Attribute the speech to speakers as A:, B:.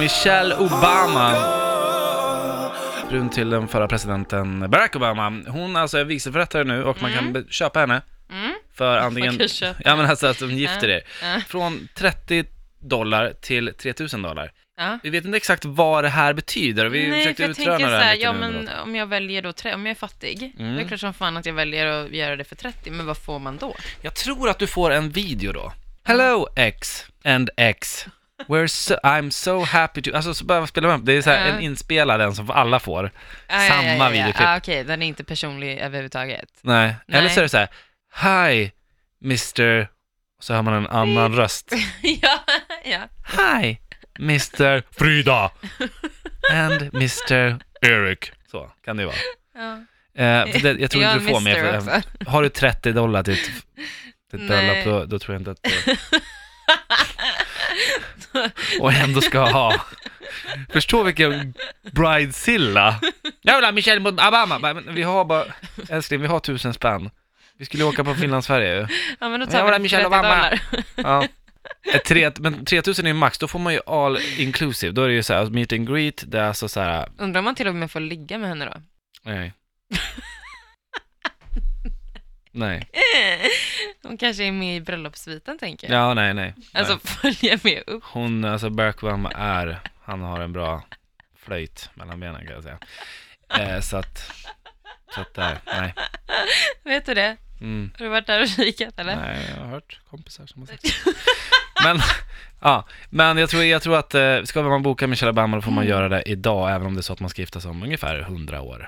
A: Michelle Obama. Brun till den förra presidenten Barack Obama. Hon alltså är vigselförrättare nu och man kan be- köpa henne
B: Mm.
A: för
B: Man
A: antingen...
B: kan köpa.
A: Ja men alltså att de gifter er.
B: Ja.
A: Från 30 dollar till 3000 dollar.
B: Ja.
A: Vi vet inte exakt vad det här betyder och vi
B: Nej,
A: försökte
B: för jag
A: utröna
B: tänker så
A: det här
B: här,
A: lite
B: ja
A: nu
B: men
A: underåt.
B: om jag väljer då, tre- om jag är fattig,
A: Mm.
B: det är klart som fan att jag väljer att göra det för 30, men vad får man då?
A: Jag tror att du får en video då. Hello X and X. We're so, I'm so happy to... Alltså så bara spela med. Det är så här
B: Ja.
A: en inspelad en som alla får.
B: Ah, ja,
A: Samma typ.
B: ja, ja, ja.
A: videoklipp.
B: Ah, Okej, den är inte personlig överhuvudtaget.
A: Nej.
B: Nej.
A: Eller så är det så här. Hi Mr... Och så hör man en annan röst.
B: ja, ja.
A: Hi Mr... Frida! And Mr... Eric. Så kan det ju vara.
B: ja.
A: Eh, för det, jag tror
B: Jag
A: inte du får mer.
B: mister
A: För,
B: också.
A: har du 30 dollar till ett- till ett
B: Nej.
A: bröllop, då, då tror jag inte att du... Och ändå ska ha... Förstå vilken bridezilla. Jag vill ha Michelle mot Obama. Bara, Men vi har bara... Älskling, vi har tusen spänn. Vi skulle åka på Finland-Sverige ju.
B: ja, men då
A: Jag
B: tar
A: var
B: vi
A: där Michelle
B: den för 30
A: Obama.
B: dollar.
A: Ja. Ett Tre, men 3000 är ju max, då får man ju all inclusive. Då är det ju så här, meet and greet, det är alltså så här...
B: Undrar om man till och med får ligga med henne då?
A: Nej. Nej.
B: Hon kanske är med i bröllopssviten tänker jag.
A: Ja, nej, nej.
B: alltså
A: Nej.
B: följa med upp.
A: Hon, alltså Barack Obama är, han har en bra flöjt mellan benen kan jag säga. Eh, så att, så att där, nej.
B: Vet du det?
A: Mm.
B: Har du varit där och kikat eller?
A: Nej, jag har hört kompisar som har sagt så. Men, ja, men jag tror, jag tror att eh, ska man boka Michelle Obama då får man göra det idag, även om det är så att man ska gifta sig om ungefär 100 år.